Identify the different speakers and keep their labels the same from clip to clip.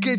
Speaker 1: Keď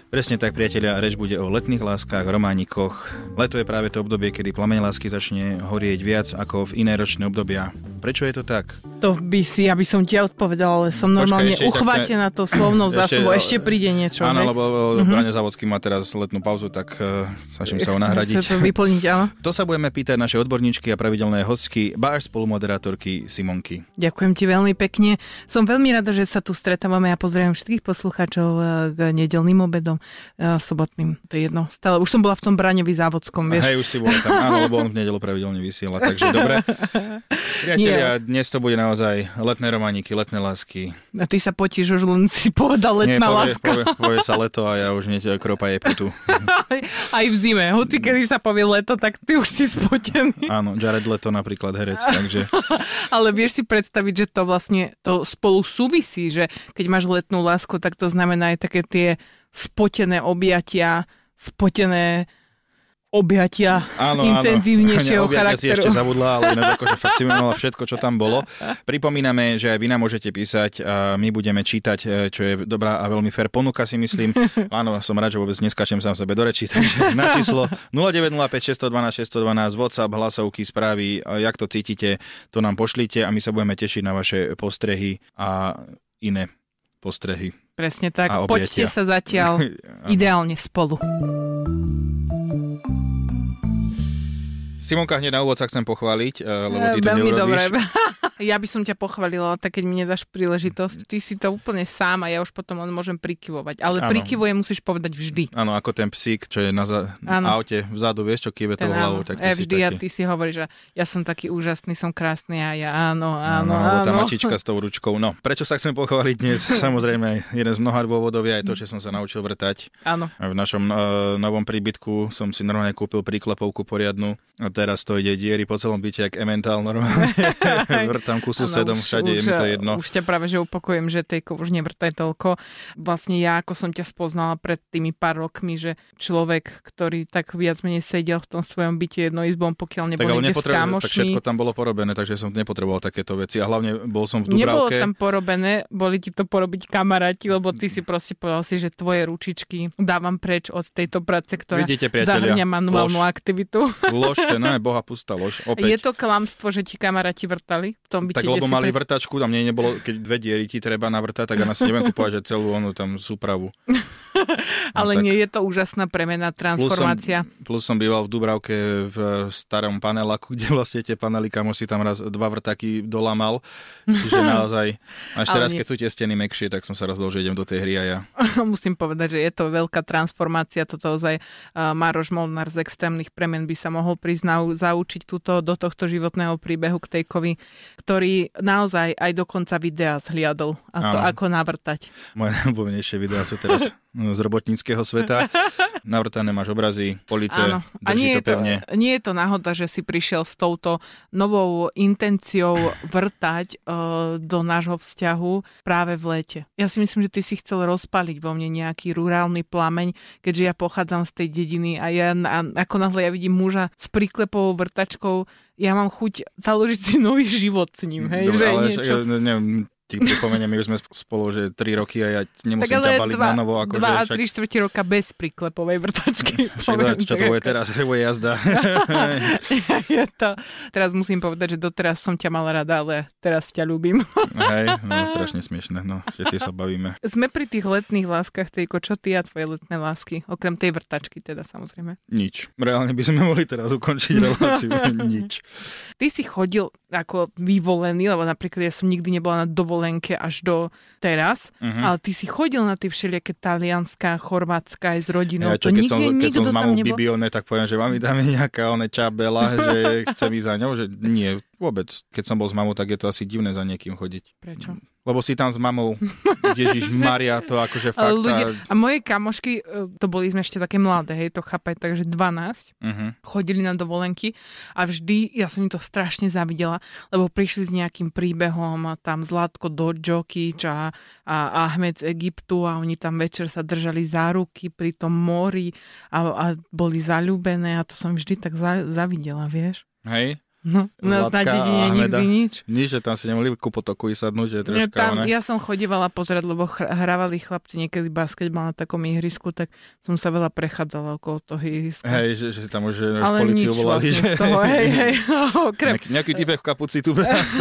Speaker 2: Presne tak, priatelia, reč bude o letných láskach, románikoch. Leto je práve to obdobie, kedy plameň lásky začne horieť viac ako v iné ročné obdobia. Prečo je to tak?
Speaker 3: To by si, aby som ti odpovedala, ale som normálne
Speaker 2: ešte ťa chcem-
Speaker 3: uchvátená tou slovnou zásobou. Ešte príde niečo.
Speaker 2: Áno,
Speaker 3: hej? Mhm.
Speaker 2: lebo mm-hmm. Braňo Závodský má teraz letnú pauzu, tak uh, snažím sa ho nahradiť.
Speaker 3: Chce to vyplniť, áno.
Speaker 2: To sa budeme pýtať naše odborníčky a pravidelné hostky, ba až spolumoderátorky Simonky.
Speaker 3: Ďakujem ti veľmi pekne. Som veľmi rada, že sa tu stretávame a pozdravím všetkých poslucháčov e, k nedelným obedom, e, sobotným. To je jedno. Stále už som bola v tom Braňovi závodskom, vieš.
Speaker 2: Hej, už si bol tam. Áno, lebo on v nedelu pravidelne vysiela, takže dobre. Priatelia, dnes to bude naozaj letné romániky, letné lásky.
Speaker 3: A ty sa potíš, už len si povedal letná
Speaker 2: povie,
Speaker 3: láska.
Speaker 2: Povie, povie, sa leto a ja už hneď kropa je putu.
Speaker 3: Aj v zime. Hoci kedy sa povie leto, tak ty už si spotený.
Speaker 2: Áno, Jared Leto napríklad herec, takže
Speaker 3: Ale vieš si predstaviť, že to vlastne to spolu súvisí, že keď máš letnú lásku, tak to znamená aj také tie spotené objatia, spotené objatia
Speaker 2: áno,
Speaker 3: intenzívnejšieho
Speaker 2: áno. Objatia si
Speaker 3: charakteru.
Speaker 2: ešte zabudla, ale inak akože fakt si vymenovala všetko, čo tam bolo. Pripomíname, že aj vy nám môžete písať a my budeme čítať, e, čo je dobrá a veľmi fair ponuka, si myslím. Áno, som rád, že vôbec neskačem sám sebe do reči, takže na číslo 0905 612 612 WhatsApp, hlasovky, správy, a jak to cítite, to nám pošlite a my sa budeme tešiť na vaše postrehy a iné postrehy.
Speaker 3: Presne tak.
Speaker 2: A
Speaker 3: Poďte
Speaker 2: objatia.
Speaker 3: sa zatiaľ ideálne spolu.
Speaker 2: Simonka, hneď na úvod sa chcem pochváliť, e, lebo ty
Speaker 3: Eh,
Speaker 2: to
Speaker 3: Veľmi
Speaker 2: neurobíš.
Speaker 3: dobré. ja by som ťa pochválila, tak keď mi nedáš príležitosť. Ty si to úplne sám a ja už potom len môžem prikyvovať. Ale
Speaker 2: Áno.
Speaker 3: prikyvoje musíš povedať vždy.
Speaker 2: Áno, ako ten psík, čo je na za-
Speaker 3: Áno.
Speaker 2: aute vzadu, vieš, čo kýve tou
Speaker 3: Ten
Speaker 2: hlavou,
Speaker 3: áno.
Speaker 2: tak to
Speaker 3: Eh,
Speaker 2: si
Speaker 3: vždy a
Speaker 2: taký.
Speaker 3: ty si hovoríš, že ja som taký úžasný, som krásny a ja áno, áno,
Speaker 2: No, alebo
Speaker 3: áno.
Speaker 2: tá mačička s tou ručkou. No, prečo sa chcem pochváliť dnes? Samozrejme, jeden z mnoha dôvodov je aj to, že som sa naučil vrtať.
Speaker 3: áno.
Speaker 2: V našom e, novom príbytku som si normálne kúpil príklepovku poriadnu a teraz to ide diery po celom byte, jak ementál normálne. Vrtam ku susedom
Speaker 3: Áno, už-
Speaker 2: všade, je
Speaker 3: už,
Speaker 2: mi to
Speaker 3: eh,
Speaker 2: jedno.
Speaker 3: Už ťa práve, že upokojem, že tejko už nevrtaj toľko. Vlastne ja, ako som ťa spoznala pred tými pár rokmi, že človek, ktorý tak viac menej sedel v tom svojom byte jednoizbom, pokiaľ
Speaker 2: Tak
Speaker 3: nebol
Speaker 2: ale
Speaker 3: niekde s
Speaker 2: nepotreboval, tak
Speaker 3: kamošmi.
Speaker 2: všetko tam bolo porobené, takže som nepotreboval takéto veci. A hlavne bol som v
Speaker 3: Nebolo
Speaker 2: Dubravke.
Speaker 3: tam porobené, boli ti to porobiť kamaráti, lebo ty si proste povedal si, že tvoje ručičky dávam preč od tejto práce, ktorá
Speaker 2: Vidíte, priatelia,
Speaker 3: zahrňa manuálnu
Speaker 2: lož.
Speaker 3: aktivitu.
Speaker 2: Lož, to je ne, boha pusta lož. Opäť.
Speaker 3: Je to klamstvo, že ti kamaráti vrtali v tom byte?
Speaker 2: Tak
Speaker 3: kde
Speaker 2: lebo
Speaker 3: si
Speaker 2: mali
Speaker 3: pred-
Speaker 2: vrtačku, tam nie nebolo, keď dve diery ti treba navrtať, tak ja si neviem kúpovať, že celú onú tam súpravu.
Speaker 3: Ale
Speaker 2: no tak-
Speaker 3: nie je to úžasná premena, transformácia.
Speaker 2: Plus som býval v Dubravke v e, starom panelaku, kde vlastne tie panely, kamo si tam raz dva vrtaky dolamal. Čiže naozaj, až
Speaker 3: Ale
Speaker 2: teraz,
Speaker 3: nie.
Speaker 2: keď sú tie steny mekšie, tak som sa rozhodol, že idem do tej hry a ja.
Speaker 3: Musím povedať, že je to veľká transformácia. Toto ozaj uh, Maroš Molnár z extrémnych premen by sa mohol priznať, zaučiť túto, do tohto životného príbehu k Tejkovi, ktorý naozaj aj do konca videa zhliadol. A to
Speaker 2: Áno.
Speaker 3: ako navrtať.
Speaker 2: Moje najobľúbenejšie videá sú teraz no, z robotníckého sveta. Navrtané máš obrazy, police,
Speaker 3: Áno. A
Speaker 2: drží
Speaker 3: nie
Speaker 2: to
Speaker 3: je to,
Speaker 2: pevne.
Speaker 3: nie je to náhoda, že si prišiel s touto novou intenciou vrtať uh, do nášho vzťahu práve v lete. Ja si myslím, že ty si chcel rozpaliť vo mne nejaký rurálny plameň, keďže ja pochádzam z tej dediny a ja na, ako náhle ja vidím muža s priklepovou vrtačkou, ja mám chuť založiť si nový život s ním. Hej,
Speaker 2: Mm, Dobre,
Speaker 3: že
Speaker 2: ale
Speaker 3: niečo...
Speaker 2: však, eh, ne, ti pripomeniem, my už sme spolu, že 3 roky a ja nemusím ťa baliť
Speaker 3: dva,
Speaker 2: na novo. akože Ako
Speaker 3: dva a
Speaker 2: že,
Speaker 3: tri štvrti roka bez priklepovej vrtačky.
Speaker 2: však,
Speaker 3: poviem tak akože.
Speaker 2: čo to bude
Speaker 3: ako-
Speaker 2: teraz, že bude jazda.
Speaker 3: je to. Teraz musím povedať, že doteraz som ťa mala rada, ale teraz ťa ľúbim.
Speaker 2: Hej, no strašne smiešne, no, všetci sa bavíme.
Speaker 3: Sme pri tých letných láskach, Tejko, čo ty a tvoje letné lásky? Okrem tej vrtačky teda samozrejme.
Speaker 2: Nič. Reálne by sme mohli teraz ukončiť reláciu. Nič.
Speaker 3: Ty si chodil ako vyvolený, lebo napríklad ja som nikdy nebola na dovolenke až do teraz,
Speaker 2: Mhm.
Speaker 3: ale ty si chodil na tie všelijaké talianská, chorvátska aj s rodinou.
Speaker 2: Ja, čo,
Speaker 3: No, to
Speaker 2: keď,
Speaker 3: nikde,
Speaker 2: som, keď
Speaker 3: nikto
Speaker 2: som s
Speaker 3: tam
Speaker 2: mamou
Speaker 3: nebol.
Speaker 2: Bibione, tak poviem, že mami dáme nejaká one čabela, že chcem ísť za ňou, že nie, vôbec. Keď som bol s mamou, tak je to asi divné za niekým chodiť.
Speaker 3: Prečo?
Speaker 2: Lebo si tam s mamou, Ježiš Maria, to akože
Speaker 3: Ale
Speaker 2: fakt.
Speaker 3: ľudia,
Speaker 2: Ľudia...
Speaker 3: a moje kamošky, e, to boli sme ešte také mladé, hej, to chápaj, takže 12.
Speaker 2: Uh-huh.
Speaker 3: chodili na dovolenky a vždy, ja som im to strašne zavidela, lebo prišli s nejakým príbehom a tam Zlatko Dodžokič a, a Ahmed z Egyptu a oni tam večer sa držali za ruky pri tom mori a, a boli zalúbené a to som vždy tak za, zavidela, vieš.
Speaker 2: Hej,
Speaker 3: No, u nás na
Speaker 2: Zlatka a
Speaker 3: dedine nikdy
Speaker 2: Ahmeda.
Speaker 3: nič.
Speaker 2: nič, že tam si nemohli ku potoku ísť sadnúť, že
Speaker 3: Ja,
Speaker 2: troška
Speaker 3: tam,
Speaker 2: one.
Speaker 3: ja som chodievala pozerať, lebo chr- hrávali chlapci niekedy basketbal na takom ihrisku, tak som sa veľa prechádzala okolo toho ihriska.
Speaker 2: Hej, že, že si tam už že
Speaker 3: Ale
Speaker 2: policiu
Speaker 3: nič
Speaker 2: volali,
Speaker 3: vlastne
Speaker 2: že...
Speaker 3: z toho, hej, hej, okrem
Speaker 2: Nejaký, nejaký typek v kapuci tu nás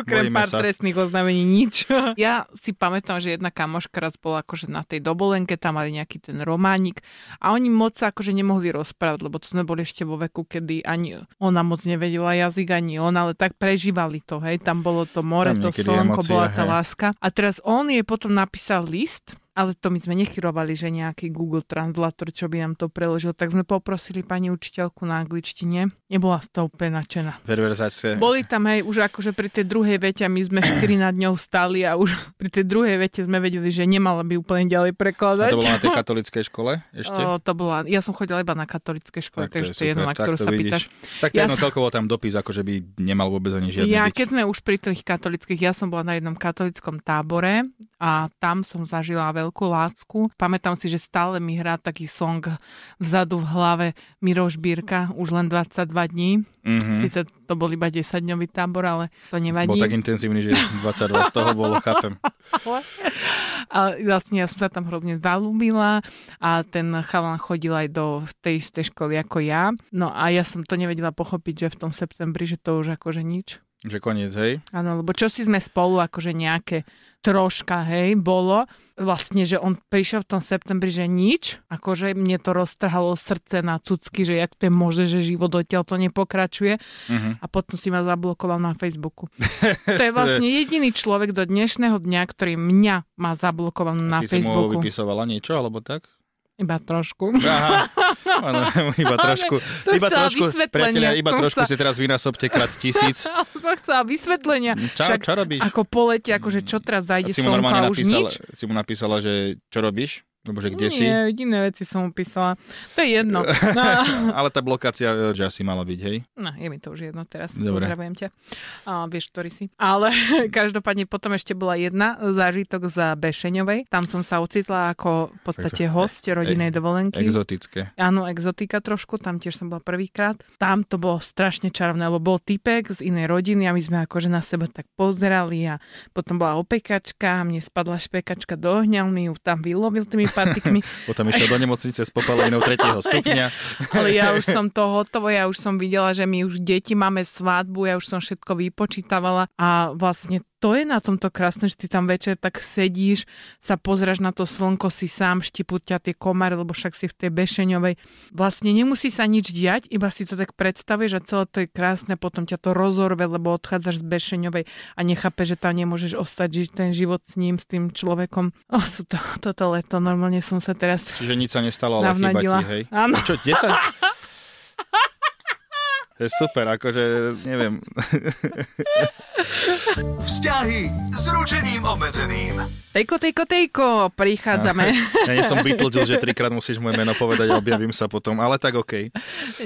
Speaker 3: Okrem
Speaker 2: Bojíme
Speaker 3: pár
Speaker 2: sa.
Speaker 3: trestných oznámení nič. Ja si pamätám, že jedna kamoška raz bola akože na tej dovolenke, tam mali nejaký ten románik a oni moc sa akože nemohli rozprávať, lebo to sme boli ešte vo veku, kedy ani ona moc nevedela jazyk, ani on, ale tak prežívali to, hej, tam bolo to more, to
Speaker 2: Tam niekedy
Speaker 3: slnko,
Speaker 2: emócie,
Speaker 3: bola tá
Speaker 2: hej.
Speaker 3: láska. A teraz on jej potom napísal list, ale to my sme nechyrovali, že nejaký Google Translator, čo by nám to preložil, tak sme poprosili pani učiteľku na angličtine. Nebola z toho úplne nadšená.
Speaker 2: Perverzácie.
Speaker 3: Boli tam aj už akože pri tej druhej vete a my sme 4 nad ňou stali a už pri tej druhej vete sme vedeli, že nemala by úplne ďalej
Speaker 2: A
Speaker 3: prekladať.
Speaker 2: to bolo na tej katolíckej škole ešte?
Speaker 3: O, to bola, ja som chodila iba na katolické škole, tak takže to je jedno,
Speaker 2: super,
Speaker 3: na ktorú
Speaker 2: tak to
Speaker 3: sa
Speaker 2: vidíš.
Speaker 3: pýtaš.
Speaker 2: Tak to
Speaker 3: Ja
Speaker 2: jedno
Speaker 3: som-
Speaker 2: celkovo tam dopis, akože by nemal vôbec ani žiadny
Speaker 3: Ja,
Speaker 2: byť.
Speaker 3: keď sme už pri tých katolických, ja som bola na jednom katolickom tábore a tam som zažila veľkú lásku. Pamätám si, že stále mi hrá taký song vzadu v hlave Miro Žbírka, už len 22 dní.
Speaker 2: Mhm.
Speaker 3: Sice to bol iba 10-dňový tábor, ale to
Speaker 2: Bol
Speaker 3: nevadí.
Speaker 2: tak intenzívny, že 22 z toho bolo, chápem.
Speaker 3: A vlastne ja som sa tam hrozne zalúbila a ten chalan chodil aj do tej istej školy ako ja. No a ja som to nevedela pochopiť, že v tom septembri, že to už akože nič.
Speaker 2: Že koniec, hej?
Speaker 3: Áno, lebo čo si sme spolu akože nejaké troška, hej, bolo. Vlastne, že on prišiel v tom septembri, že nič, akože mne to roztrhalo srdce na cucky, že jak to je možné, že život odtiaľ to nepokračuje
Speaker 2: Mhm.
Speaker 3: a potom si ma zablokoval na Facebooku. To je vlastne jediný človek do dnešného dňa, ktorý mňa má zablokovanú na
Speaker 2: Ty si mu
Speaker 3: Facebooku.
Speaker 2: vypisovala niečo, alebo tak?
Speaker 3: Iba trošku.
Speaker 2: Aha, áno, iba trošku.
Speaker 3: To
Speaker 2: Iba
Speaker 3: chcela
Speaker 2: trošku,
Speaker 3: vysvetlenie,
Speaker 2: priatelia, iba
Speaker 3: to
Speaker 2: trošku
Speaker 3: chcela-
Speaker 2: si teraz vynásobte krát tisíc.
Speaker 3: som chcela vysvetlenia.
Speaker 2: Mm, Čau,
Speaker 3: Však
Speaker 2: No, čo robíš?
Speaker 3: Ako polete, akože čo teraz
Speaker 2: A
Speaker 3: zajde
Speaker 2: si mu
Speaker 3: slnko a
Speaker 2: normálne
Speaker 3: už
Speaker 2: napísala,
Speaker 3: nič?
Speaker 2: si mu napísala, že čo robíš? Lebo že kde
Speaker 3: Nie,
Speaker 2: si?
Speaker 3: iné veci som mu písala. To je jedno. No,
Speaker 2: Ale tá blokácia, e, že asi mala byť, hej?
Speaker 3: no, je mi to už jedno teraz.
Speaker 2: Dobre.
Speaker 3: Pozdravujem ťa. A, vieš, ktorý si. Ale každopádne potom ešte bola jedna e, zážitok za Bešeňovej. Tam som sa ocitla ako v podstate host rodinej dovolenky.
Speaker 2: Exotické.
Speaker 3: Áno, exotika trošku, tam tiež som bola prvýkrát. Tam to bolo strašne čarovné, lebo bol typek z inej rodiny a my sme akože na seba tak pozerali a potom bola opekačka, a mne spadla špekačka do ohňa, on mi ju tam vylovil tými patikmi,
Speaker 2: Potom išiel do nemocnice s popalovinou 3. stupňa.
Speaker 3: ale ja už som to hotovo, ja už som videla, že my už deti máme svadbu, ja už som všetko vypočítavala a vlastne to je na tomto krásne, že ty tam večer tak sedíš, sa pozráš na to slnko, si sám štipú ťa tie komary, lebo však si v tej Bešeňovej. Vlastne nemusí sa nič diať, iba si to tak predstavíš a celé to je krásne, potom ťa to rozorve, lebo odchádzaš z Bešeňovej a nechápe, že tam nemôžeš ostať žiť ten život s ním, s tým človekom. O, sú to, toto leto, normálne som sa teraz
Speaker 2: Čiže nič sa nestalo, ale chyba
Speaker 3: navnadila.
Speaker 2: ti, hej?
Speaker 3: Áno.
Speaker 2: Čo, 10? To je super, akože, neviem.
Speaker 1: Vzťahy s ručením obmedzeným.
Speaker 3: Tejko, tejko, tejko, prichádzame.
Speaker 2: Ja nie som Beetlejuice, že trikrát musíš moje meno povedať a objavím sa potom, ale tak okej.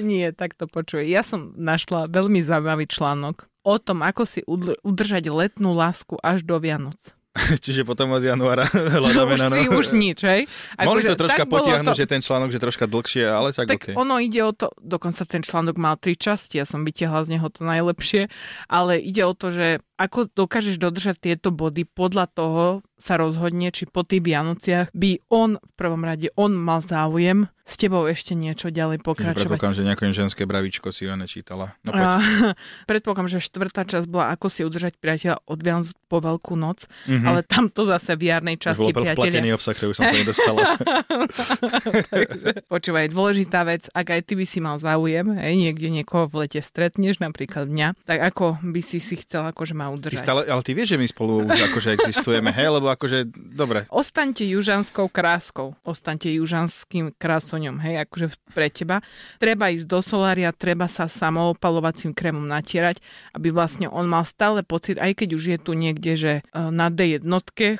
Speaker 3: Nie, tak to počuje. Ja som našla veľmi zaujímavý článok o tom, ako si udr- udržať letnú lásku až do Vianoc.
Speaker 2: Čiže potom od januára
Speaker 3: už
Speaker 2: hľadáme na no.
Speaker 3: si už nič, hej?
Speaker 2: Mohli
Speaker 3: Akože
Speaker 2: to troška
Speaker 3: tak bolo
Speaker 2: potiahnuť,
Speaker 3: to-
Speaker 2: že ten článok, že troška dlhšie, ale tak,
Speaker 3: Tak
Speaker 2: okej.
Speaker 3: ono ide o to, dokonca ten článok mal tri časti, ja som vytiahla z neho to najlepšie, ale ide o to, že ako dokážeš dodržať tieto body, podľa toho sa rozhodne, či po tých Vianociach by on v prvom rade, on mal záujem s tebou ešte niečo ďalej
Speaker 2: Takže
Speaker 3: pokračovať.
Speaker 2: predpokladám, že nejaké ženské bravičko si ho nečítala. No poď.
Speaker 3: A, predpokladám, že štvrtá časť bola Ako si udržať priateľa od Vianoc po Veľkú noc,
Speaker 2: Mhm.
Speaker 3: ale tam to zase v jarnej
Speaker 2: Už
Speaker 3: časti
Speaker 2: bol
Speaker 3: priateľia.
Speaker 2: platený obsah, ktorý už som sa nedostala.
Speaker 3: Počúvaj, dôležitá vec, ak aj ty by si mal záujem, hej, niekde niekoho v lete stretneš, napríklad mňa, tak ako by si si chcel akože ma
Speaker 2: Ty
Speaker 3: udržať?
Speaker 2: stále, ale ty vieš, že my spolu už akože existujeme, hej, lebo akože, dobre,
Speaker 3: Ostaňte južanskou kráskou, ostaňte južanským krásoňom, hej, akože v- pre teba. Treba ísť do solária, treba sa samoopalovacím krémom natierať, aby vlastne on mal stále pocit, aj keď už je tu niekde, že e, na D1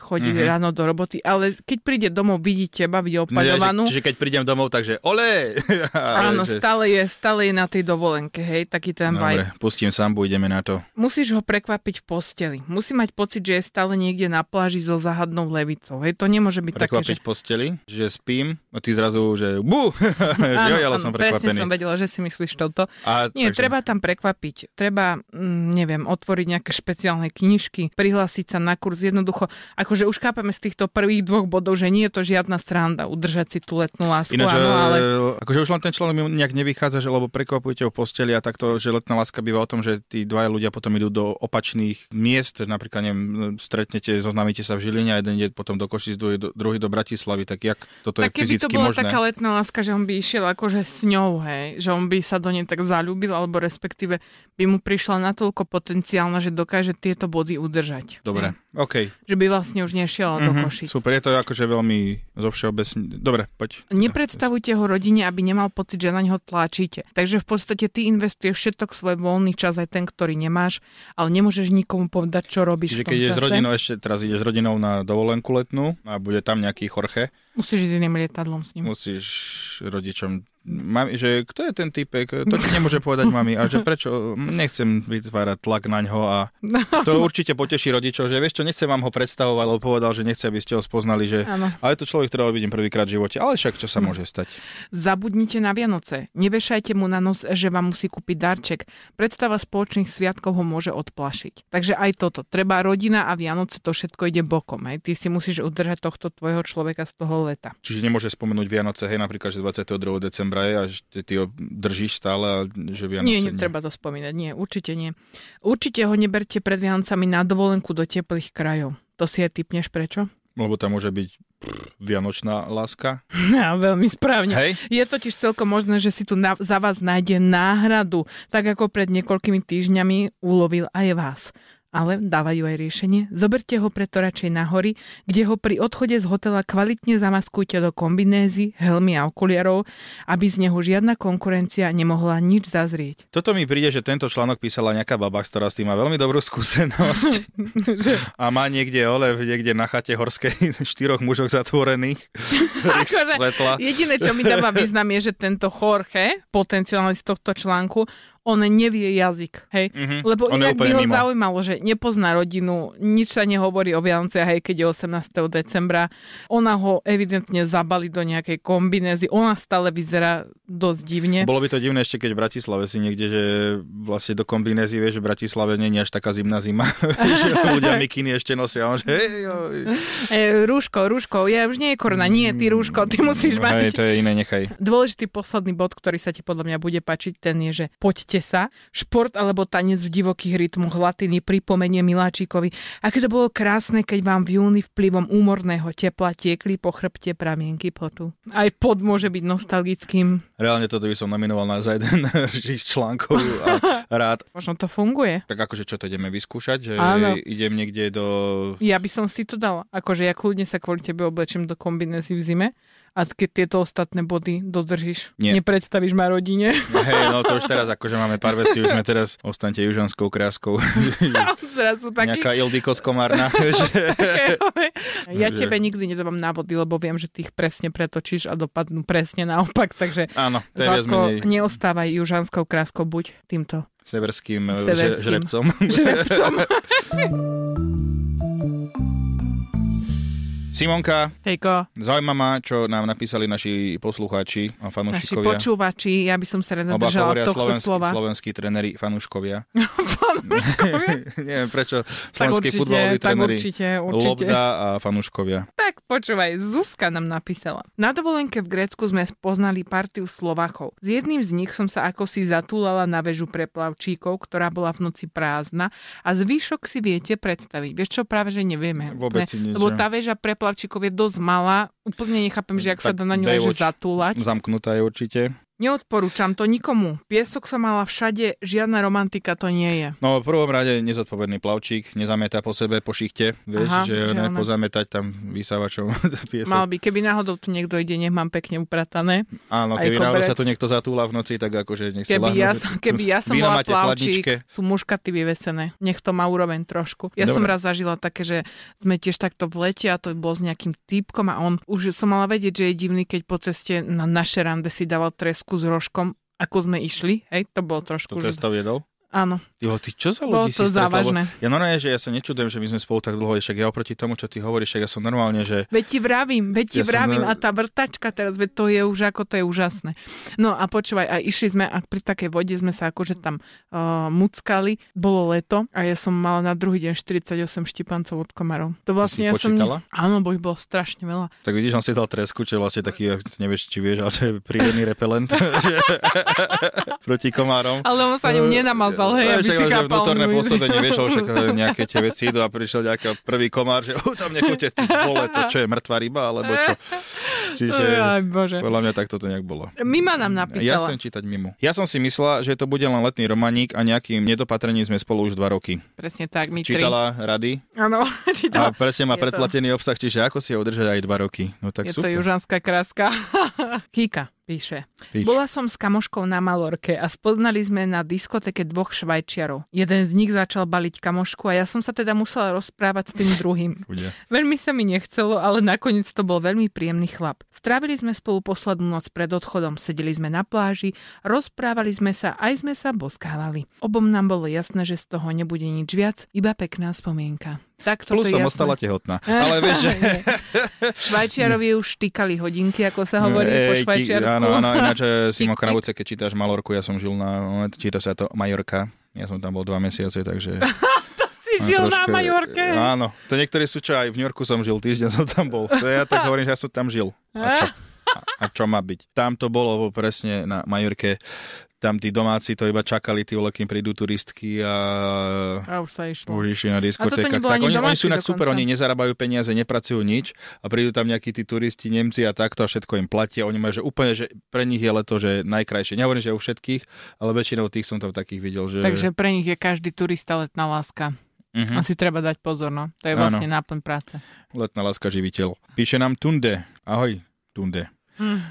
Speaker 3: chodí
Speaker 2: Mhm.
Speaker 3: ráno do roboty, ale keď príde domov, vidí teba, vidí
Speaker 2: No ja,
Speaker 3: opadovanú.
Speaker 2: že, čiže keď prídem domov, takže ole!
Speaker 3: Áno,
Speaker 2: že,
Speaker 3: stále je, stále je na tej dovolenke, hej, taký ten vibe.
Speaker 2: Dobre, pustím sambu, ideme na to.
Speaker 3: Musíš ho prekvapiť v posteli. Musí mať pocit, že je stále niekde na pláži so záhadnou levicou. Hej, to nemôže byť
Speaker 2: Prekvapiť
Speaker 3: také, že...
Speaker 2: v posteli, že spím, a ty zrazu, že bu! že joj, ale som
Speaker 3: presne som
Speaker 2: prekvapený.
Speaker 3: vedela, že si myslíš toto.
Speaker 2: A,
Speaker 3: Nie, treba tam prekvapiť. Treba, mm, neviem, otvoriť nejaké špeciálne knižky, prihlásiť sa na kurz. Jednoducho, akože už kápeme z týchto prvých dvoch bodov, že nie je to žiadna stranda udržať si tú letnú lásku.
Speaker 2: Ináč,
Speaker 3: áno, ale...
Speaker 2: e, akože už len ten člen mi nejak nevychádza, že lebo prekvapujete ho v posteli a takto, že letná láska býva o tom, že tí dvaja ľudia potom idú do opačných miest, napríklad neviem, stretnete, zoznamíte sa v Žiline a jeden ide potom do Košic, druhý do, druhý do Bratislavy, tak jak toto
Speaker 3: tak
Speaker 2: je
Speaker 3: keby to
Speaker 2: fyzicky
Speaker 3: bola
Speaker 2: možné?
Speaker 3: taká letná láska, že on by išiel akože s ňou, hej, že on by sa do nej tak zalúbil, alebo respektíve by mu prišla natoľko potenciálna, že dokáže tieto body udržať.
Speaker 2: Dobre,
Speaker 3: Hej.
Speaker 2: OK.
Speaker 3: Že by vlastne už nešiel do
Speaker 2: Mhm,
Speaker 3: košic.
Speaker 2: Super, je to akože veľmi zo všeobecne. Dobre, poď.
Speaker 3: Nepredstavujte ho rodine, aby nemal pocit, že na neho tlačíte. Takže v podstate ty investuješ všetok svoj voľný čas, aj ten, ktorý nemáš, ale nemôžeš nikomu povedať, čo robíš
Speaker 2: Čiže
Speaker 3: v
Speaker 2: keď
Speaker 3: tom
Speaker 2: ideš
Speaker 3: čase.
Speaker 2: s rodinou, ešte teraz ideš s rodinou na dovolenku letnú a bude tam nejaký Jorge,
Speaker 3: Musíš ísť iným lietadlom s ním.
Speaker 2: musíš rodičom Mami, že kto je ten typek, to ti nemôže povedať mami a že prečo, nechcem vytvárať tlak na ňo a
Speaker 3: No.
Speaker 2: to určite poteší rodičov, že vieš čo, nechcem vám ho predstavovať, lebo povedal, že nechce, aby ste ho spoznali, že
Speaker 3: Áno.
Speaker 2: ale to človek, ktorého vidím prvýkrát v živote, ale však čo sa môže stať.
Speaker 3: Zabudnite na Vianoce. Nevešajte mu na nos, že vám musí kúpiť darček. Predstava spoločných sviatkov ho môže odplašiť. Takže aj toto. Treba rodina a Vianoce, to všetko ide bokom. Hej. Ty si musíš udržať tohto tvojho človeka z toho leta.
Speaker 2: Čiže nemôže spomenúť Vianoce, hej, napríklad, že 22. decembra je a že ty- ty ho držíš stále a že Vianoce
Speaker 3: nie, netreba to spomínať. Nie, určite nie. Určite ho neberte pred Vianocami na dovolenku do teplých krajov. To si aj typneš prečo?
Speaker 2: Lebo tam môže byť pff, vianočná láska.
Speaker 3: Ja, veľmi správne.
Speaker 2: Hej?
Speaker 3: Je totiž celkom možné, že si tu na, za vás nájde náhradu, tak ako pred niekoľkými týždňami ulovil aj vás. Ale dávajú aj riešenie. Zoberte ho preto radšej na hory, kde ho pri odchode z hotela kvalitne zamaskujte do kombinézy, helmy a okuliarov, aby z neho žiadna konkurencia nemohla nič zazrieť.
Speaker 2: Toto mi príde, že tento článok písala nejaká baba, ktorá s tým má veľmi dobrú skúsenosť
Speaker 3: Že
Speaker 2: a má niekde ole, niekde na chate horskej štyroch mužov zatvorených, ktorých
Speaker 3: Akože-
Speaker 2: stretla.
Speaker 3: Jediné, čo mi dáva význam, je, že tento Jorge, potenciálne z tohto článku, on nevie jazyk, hej?
Speaker 2: Mhm,
Speaker 3: Lebo
Speaker 2: on je
Speaker 3: inak by
Speaker 2: úplne
Speaker 3: ho
Speaker 2: mimo.
Speaker 3: zaujímalo, že nepozná rodinu, nič sa nehovorí o Vianociach, hej, keď je 18. decembra. Ona ho evidentne zabali do nejakej kombinézy, ona stále vyzerá dosť divne.
Speaker 2: Bolo by to divné ešte, keď v Bratislave si niekde, že vlastne do kombinézy, vieš, v Bratislave nie je až taká zimná zima, že ľudia mikiny ešte nosia. a On, že, hej, joj.
Speaker 3: E, rúško, rúško, ja už nie je korona, nie, ty rúško, ty musíš mať.
Speaker 2: Hej, to je iné, nechaj.
Speaker 3: Dôležitý posledný bod, ktorý sa ti podľa mňa bude pačiť, ten je, že poďte sa. Šport alebo tanec v divokých rytmoch latiny pripomenie Miláčikovi, aké to bolo krásne, keď vám v júni vplyvom úmorného tepla tiekli po chrbte pramienky potu. Aj pod môže byť nostalgickým.
Speaker 2: Reálne toto by som nominoval na za jeden z článkov a rád.
Speaker 3: Možno to funguje.
Speaker 2: Tak akože čo to ideme vyskúšať, že
Speaker 3: Áno.
Speaker 2: idem niekde do...
Speaker 3: Ja by som si to dala. Akože ja kľudne sa kvôli tebe oblečem do kombinézy v zime a keď tieto ostatné body dodržíš,
Speaker 2: Nie.
Speaker 3: nepredstavíš ma rodine.
Speaker 2: Hej, no to už teraz akože máme pár vecí, už sme teraz, ostaňte južanskou kráskou,
Speaker 3: Zrazu taký
Speaker 2: nejaká Ildiko z Komárna, že...
Speaker 3: Ja
Speaker 2: Že-
Speaker 3: tebe nikdy nedávam návody, lebo viem, že ty ich presne pretočíš a dopadnú presne naopak, takže
Speaker 2: Áno, to je viac menej
Speaker 3: Zlatko, neostávaj južanskou kráskou, buď týmto
Speaker 2: severským, eh,
Speaker 3: Severským.
Speaker 2: Že, žrebcom.
Speaker 3: žrebcom.
Speaker 2: Simonka,
Speaker 3: Hejko,
Speaker 2: zaujíma ma, čo nám napísali naši poslucháči a
Speaker 3: naši
Speaker 2: fanúšikovia.
Speaker 3: počúvači, ja by som sa rada
Speaker 2: Oba
Speaker 3: držala
Speaker 2: hovoria
Speaker 3: tohto
Speaker 2: slovenskí,
Speaker 3: slova.
Speaker 2: slovenskí treneri, fanúškovia.
Speaker 3: fanúškovia.
Speaker 2: Neviem prečo
Speaker 3: tak
Speaker 2: slovenskí
Speaker 3: určite,
Speaker 2: futbaloví
Speaker 3: tak
Speaker 2: tréneri
Speaker 3: určite, určite.
Speaker 2: lobda a fanúškovia.
Speaker 3: Tak počúvaj, Zuzka nám napísala. Na dovolenke v Grécku sme poznali partiu Slovakov. S jedným z nich som sa ako si zatúlala na väžu preplavčíkov, ktorá bola v noci prázdna a zvyšok si viete predstaviť. Vieš čo, práve že nevieme.
Speaker 2: Vôbec si nič,
Speaker 3: Lebo
Speaker 2: že?
Speaker 3: tá väža preplavčíkov je dosť malá. Úplne nechápem, že ak sa
Speaker 2: Tak
Speaker 3: dá na ňu
Speaker 2: Baywatch.
Speaker 3: že zatúlať.
Speaker 2: Zamknutá je určite.
Speaker 3: Neodporúčam to nikomu. Piesok som mala všade, žiadna romantika to nie je.
Speaker 2: No v prvom rade nezodpovedný plavčík, nezamieta po sebe, po šichte, vieš,
Speaker 3: Aha,
Speaker 2: Aha, že,
Speaker 3: že
Speaker 2: že
Speaker 3: ona-
Speaker 2: ne, pozametať tam vysávačom
Speaker 3: Mal
Speaker 2: piesok.
Speaker 3: by, keby náhodou tu niekto ide, nech mám pekne upratané.
Speaker 2: Áno,
Speaker 3: aj
Speaker 2: keby náhodou
Speaker 3: koberec.
Speaker 2: sa tu niekto zatúla v noci, tak akože nech si
Speaker 3: Keby
Speaker 2: lahnú,
Speaker 3: ja,
Speaker 2: že-
Speaker 3: som, keby ja som
Speaker 2: Vína
Speaker 3: bola
Speaker 2: máte v chladničke.
Speaker 3: plavčík, sú muškaty vyvesené. Nech to má úroveň trošku. Ja som
Speaker 2: Dobre.
Speaker 3: raz zažila také, že sme tiež takto v lete a to bol s nejakým týpkom a on už som mala vedieť, že je divný, keď po ceste na naše rande si dával tresku s rožkom ako sme išli, hej, to bolo
Speaker 2: To
Speaker 3: trošku... že-
Speaker 2: cestou jedol?
Speaker 3: Áno,
Speaker 2: Jo, ty čo za
Speaker 3: bolo
Speaker 2: ľudí
Speaker 3: to
Speaker 2: si stretla? Lebo
Speaker 3: závažné.
Speaker 2: Ja normálne, že ja sa nečudujem, že my sme spolu tak dlho, však ja oproti tomu, čo ty hovoríš, však ja som normálne, že
Speaker 3: Veď ti vravím, veď ti
Speaker 2: Ja som
Speaker 3: vravím
Speaker 2: na-
Speaker 3: a tá vrtačka teraz, veď to je už ako, to je úžasné. No a počúvaj, a išli sme a pri takej vode sme sa akože tam uh, muckali, bolo leto a ja som mala na druhý deň 48 štipancov od komarov. To
Speaker 2: si
Speaker 3: vlastne ja som...
Speaker 2: počítala?
Speaker 3: Áno, bo ich bolo strašne veľa.
Speaker 2: tak vidíš, on si dal tresku, čo je vlastne taký, ak nevieš, či vieš, ale to je prírodný repelent že, proti komárom.
Speaker 3: Ale on sa ňom nenamazal, hej, aby
Speaker 2: však,
Speaker 3: si
Speaker 2: eh, že
Speaker 3: chápal.
Speaker 2: vnútorné
Speaker 3: no,
Speaker 2: pôsobenie, vieš, ale však nejaké tie veci idú a prišiel nejaký prvý komár, že "U, tam nechoďte, ty vole, to čo je mŕtva ryba, alebo čo. Čiže
Speaker 3: Aj, bože.
Speaker 2: podľa mňa takto to nejak bolo.
Speaker 3: Mima nám
Speaker 2: Ja
Speaker 3: napísala.
Speaker 2: som čítať mimo. Ja som si myslela, že to bude len letný romaník a nejakým nedopatrením sme spolu už dva roky.
Speaker 3: Presne tak, my tri.
Speaker 2: Čítala rady
Speaker 3: Áno,
Speaker 2: a
Speaker 3: čítala.
Speaker 2: presne
Speaker 3: je
Speaker 2: má
Speaker 3: to-
Speaker 2: predplatený obsah, čiže ako si ho udržať aj dva roky. No
Speaker 3: Je
Speaker 2: tak
Speaker 3: to
Speaker 2: super.
Speaker 3: južanská kráska. Kika píše.
Speaker 2: Píš.
Speaker 3: Bola som s kamoškou na Malorke a spoznali sme na diskoteke dvoch švajčiarov. Jeden z nich začal baliť kamošku a ja som sa teda musela rozprávať s tým druhým.
Speaker 2: Chudia.
Speaker 3: Veľmi sa mi nechcelo, ale nakoniec to bol veľmi príjemný chlap. Strávili sme spolu poslednú noc pred odchodom, sedeli sme na pláži, rozprávali sme sa, aj sme sa boskávali. Obom nám bolo jasné, že z toho nebude nič viac, iba pekná spomienka. Tak toto je
Speaker 2: Plus som
Speaker 3: jasné.
Speaker 2: ostala tehotná. Ale vieš, že...
Speaker 3: Nie. Švajčiarovi už štikali hodinky, ako sa hovorí po
Speaker 2: Ej, ti-
Speaker 3: švajčiarsku.
Speaker 2: Áno, áno, ináč eh, Simo
Speaker 3: Tik, tik.
Speaker 2: Kravúce, keď čítaš Malorku, ja som žil na, no, číta sa to Majorka, ja som tam bol dva mesiace, takže...
Speaker 3: si žil na
Speaker 2: trošku-
Speaker 3: Majorke.
Speaker 2: Áno, to niektorí sú čo, aj v New Yorku som žil, týždeň som tam bol. To ja tak hovorím, že ja som tam žil. A čo?
Speaker 3: Eh?
Speaker 2: A, a čo má byť? Tam to bolo presne na Majorke, tam tí domáci to iba čakali, tí vole, kým prídu turistky a
Speaker 3: A už sa išlo.
Speaker 2: už išli na diskotékach.
Speaker 3: nebolo
Speaker 2: Tak
Speaker 3: ani
Speaker 2: oni, oni
Speaker 3: domáci
Speaker 2: sú inak super,
Speaker 3: dokonca.
Speaker 2: oni nezarábajú peniaze, nepracujú nič a prídu tam nejakí tí turisti, Nemci a takto a všetko im platia. Oni majú, že úplne, že pre nich je leto, že najkrajšie. Nehovorím, že u všetkých, ale väčšinou tých som tam takých videl, že...
Speaker 3: Takže pre nich je každý turista letná láska.
Speaker 2: Mhm.
Speaker 3: Asi treba dať pozor, no. To je
Speaker 2: Áno.
Speaker 3: vlastne náplň práce.
Speaker 2: Letná láska živiteľ. Píše nám Tunde. Ahoj, Tunde.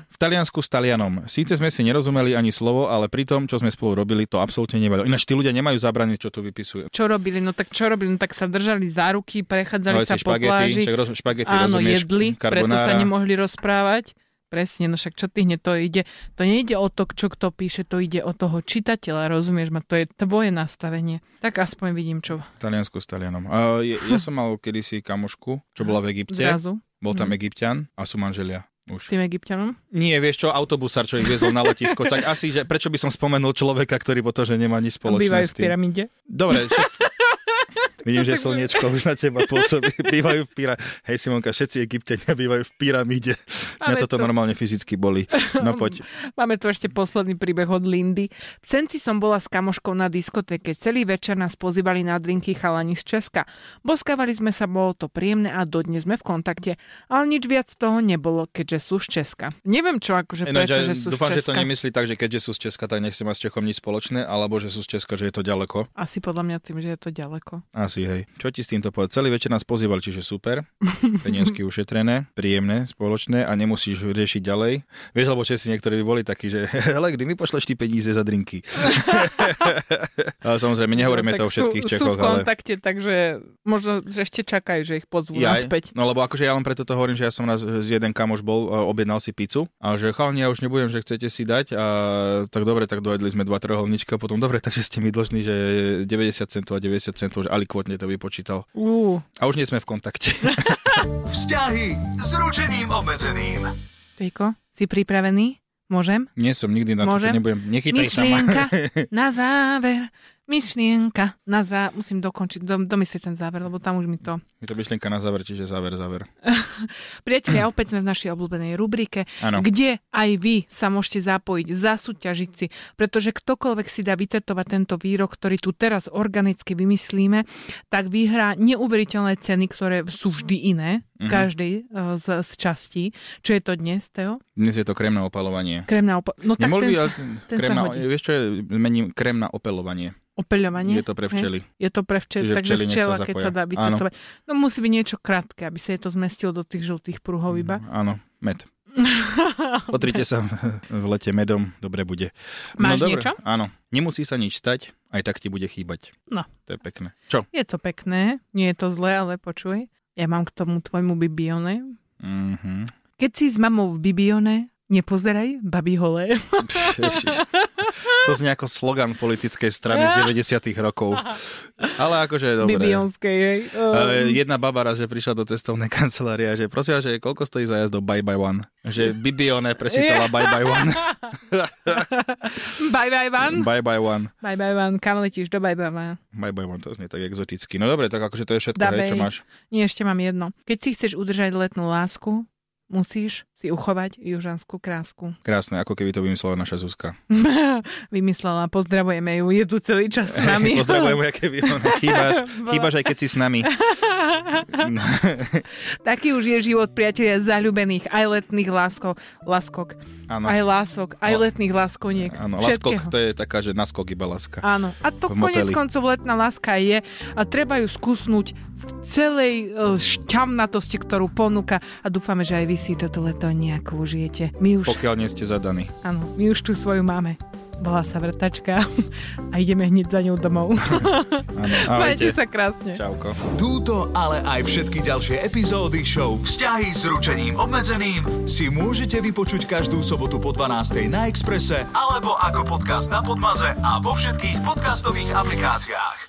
Speaker 2: V Taliansku s Talianom. Síce sme si nerozumeli ani slovo, ale pri tom, čo sme spolu robili, to absolútne nevadilo. Ináč tí ľudia nemajú zabraniť, čo tu vypisuje.
Speaker 3: Čo robili? No tak čo robili? No tak sa držali za ruky, prechádzali
Speaker 2: Leci
Speaker 3: sa po pláži.
Speaker 2: však roz, špagety,
Speaker 3: Áno,
Speaker 2: rozumieš,
Speaker 3: jedli, preto sa
Speaker 2: carbonara.
Speaker 3: nemohli rozprávať. Presne, no však čo ty hneď to ide. To nejde o to, čo kto píše, to ide o toho čitateľa, rozumieš ma? To je tvoje nastavenie. Tak aspoň vidím, čo
Speaker 2: V Taliansku s Talianom. A ja, ja som mal kedysi kamošku, čo bola v Egypte.
Speaker 3: zrazu Mhm.
Speaker 2: Bol tam Egyptian a sú manželia. Už.
Speaker 3: s tým egyptianom.
Speaker 2: Nie, vieš čo, autobusár, čo ich viezol na letisko, tak asi, že prečo by som spomenul človeka, ktorý potom, že nemá nič spoločné
Speaker 3: Bývajú
Speaker 2: s
Speaker 3: v
Speaker 2: tým.
Speaker 3: pyramíde.
Speaker 2: Dobre, však... Vidím, že slniečko už na teba pôsobí. Bývajú v pyra... Hej, Simonka, všetci Egyptiania bývajú v pyramíde. Mňa
Speaker 3: Ale
Speaker 2: toto
Speaker 3: to-
Speaker 2: normálne fyzicky boli. No poď.
Speaker 3: Máme tu ešte posledný príbeh od Lindy. V Senci som bola s kamoškou na diskotéke. Celý večer nás pozývali na drinky chalani z Česka. Boskávali sme sa, bolo to príjemné a dodnes sme v kontakte. Ale nič viac toho nebolo, keďže sú z Česka. Neviem čo, akože prečo,
Speaker 2: Ináč, aj
Speaker 3: že sú
Speaker 2: dúfam,
Speaker 3: z
Speaker 2: že to
Speaker 3: Česka.
Speaker 2: nemyslí tak, že keďže sú z Česka, tak nechci mať s Čechom nič spoločné, alebo že sú z Česka, že je to ďaleko.
Speaker 3: Asi podľa mňa tým, že je to ďaleko.
Speaker 2: Asi, hej. Čo ti s týmto povedať? Celý večer nás pozývali, čiže super. Peniažky ušetrené, príjemné, spoločné a nemusíš riešiť ďalej. Vieš, lebo Česi niektorí by boli takí, že hele, kdy mi pošleš ty peníze za drinky? ale samozrejme, nehovoríme
Speaker 3: Že
Speaker 2: to o
Speaker 3: tak
Speaker 2: všetkých
Speaker 3: sú, Sú
Speaker 2: Čechoch,
Speaker 3: v
Speaker 2: ale...
Speaker 3: kontakte, takže možno, že ešte čakajú, že ich pozvú
Speaker 2: Jaj.
Speaker 3: naspäť.
Speaker 2: No lebo akože ja len preto to hovorím, že ja som raz z jeden kamoš bol, e, objednal si pizzu a že chalani, ja už nebudem, že chcete si dať a tak dobre, tak dojedli sme dva troholníčka a potom dobre, takže ste mi dlžní, že 90 centov a 90 centov, že alikvotne to vypočítal.
Speaker 3: Ú,
Speaker 2: A už nie sme v kontakte.
Speaker 1: Vzťahy s ručením obmedzeným.
Speaker 3: Tejko, si pripravený? Môžem?
Speaker 2: Nie som nikdy na to,
Speaker 3: Môžem?
Speaker 2: nebudem, nechytaj sa ma.
Speaker 3: Myšlienka na záver. myšlienka. Na za... Musím dokončiť, do, domyslieť ten záver, lebo tam už mi to...
Speaker 2: Je to myšlienka na záver, čiže záver, záver.
Speaker 3: Priatelia, opäť sme v našej obľúbenej rubrike,
Speaker 2: Áno.
Speaker 3: kde aj vy sa môžete zapojiť, zasúťažiť si, pretože ktokoľvek si dá vytetovať tento výrok, ktorý tu teraz organicky vymyslíme, tak vyhrá neuveriteľné ceny, ktoré sú vždy iné,
Speaker 2: Mhm.
Speaker 3: mm-hmm. každej eh, z, z častí. Čo je to dnes, Teo?
Speaker 2: Dnes je to krém na opalovanie.
Speaker 3: Krém na opa- No tak
Speaker 2: Nemohol by,
Speaker 3: ten sa...
Speaker 2: ale ten-
Speaker 3: ten
Speaker 2: krém
Speaker 3: sa
Speaker 2: na,
Speaker 3: hodí.
Speaker 2: vieš čo, je, mením krém na opelovanie.
Speaker 3: Opeľovanie?
Speaker 2: Je to pre
Speaker 3: Hej.
Speaker 2: včely.
Speaker 3: Je to pre včel,
Speaker 2: Čiže
Speaker 3: takže
Speaker 2: včeli nech sa
Speaker 3: včela, keď
Speaker 2: zapoja.
Speaker 3: sa dá vytetovať. No musí byť niečo krátke, aby sa je to zmestilo do tých žltých pruhov iba.
Speaker 2: Áno, med. Potrite sa v lete medom, dobre bude.
Speaker 3: Máš
Speaker 2: No, dobre,
Speaker 3: niečo?
Speaker 2: Áno. Nemusí sa nič stať, aj tak ti bude chýbať.
Speaker 3: No.
Speaker 2: To je pekné. Čo?
Speaker 3: Je to pekné, nie je to zlé, ale počuj. Ja mám k tomu tvojmu bibione.
Speaker 2: Mhm.
Speaker 3: Keď si s mamou v bibione, nepozeraj babi holé.
Speaker 2: Ježiš. to znie ako slogan politickej strany z 90 rokov. Ale akože je dobré.
Speaker 3: Bibionskej, hej. Ehm,
Speaker 2: Eh, jedna baba raz, že prišla do cestovnej kancelárie a že prosím vás, že koľko stojí zájazd do Bye Bye One? Že Bibione prečítala Bye Bye One.
Speaker 3: Bye bye van.
Speaker 2: Bye Bye One.
Speaker 3: Bye bye van, kam letíš do bye bye van.
Speaker 2: Bye Bye One, to znie tak exoticky. No dobre, tak akože to je všetko, hej,
Speaker 3: Dabej.
Speaker 2: čo máš.
Speaker 3: Nie, ešte mám jedno. Keď si chceš udržať letnú lásku, musíš si uchovať južanskú krásku.
Speaker 2: Krásne, ako keby to vymyslela naša Zuzka.
Speaker 3: Vymyslela, pozdravujeme ju, je tu celý čas s nami.
Speaker 2: Pozdravujem, aké by ona chýbaš, chýbaš, aj keď si s nami. No,
Speaker 3: Taký už je život priatelia zaľúbených, aj letných láskov, láskok,
Speaker 2: áno,
Speaker 3: aj lások, aj
Speaker 2: No.
Speaker 3: letných láskoniek.
Speaker 2: áno,
Speaker 3: Všetkého.
Speaker 2: laskok, to je taká, že naskok iba laska.
Speaker 3: Áno, a to
Speaker 2: V
Speaker 3: konec
Speaker 2: moteli.
Speaker 3: koncov letná láska je a treba ju skúsnuť v celej e, šťamnatosti, ktorú ponúka a dúfame, že aj vy si toto leto nejako užijete. My už,
Speaker 2: Pokiaľ nie ste zadaní.
Speaker 3: áno, my už tu svoju máme. Volá sa vrtačka a ideme hneď za ňou domov.
Speaker 2: Áno,
Speaker 3: Majte
Speaker 2: ahojte.
Speaker 3: sa krásne.
Speaker 2: Čauko.
Speaker 1: Túto, ale aj všetky ďalšie epizódy show Vzťahy s ručením obmedzeným si môžete vypočuť každú sobotu po 12. na Exprese alebo ako podcast na Podmaze a vo všetkých podcastových aplikáciách.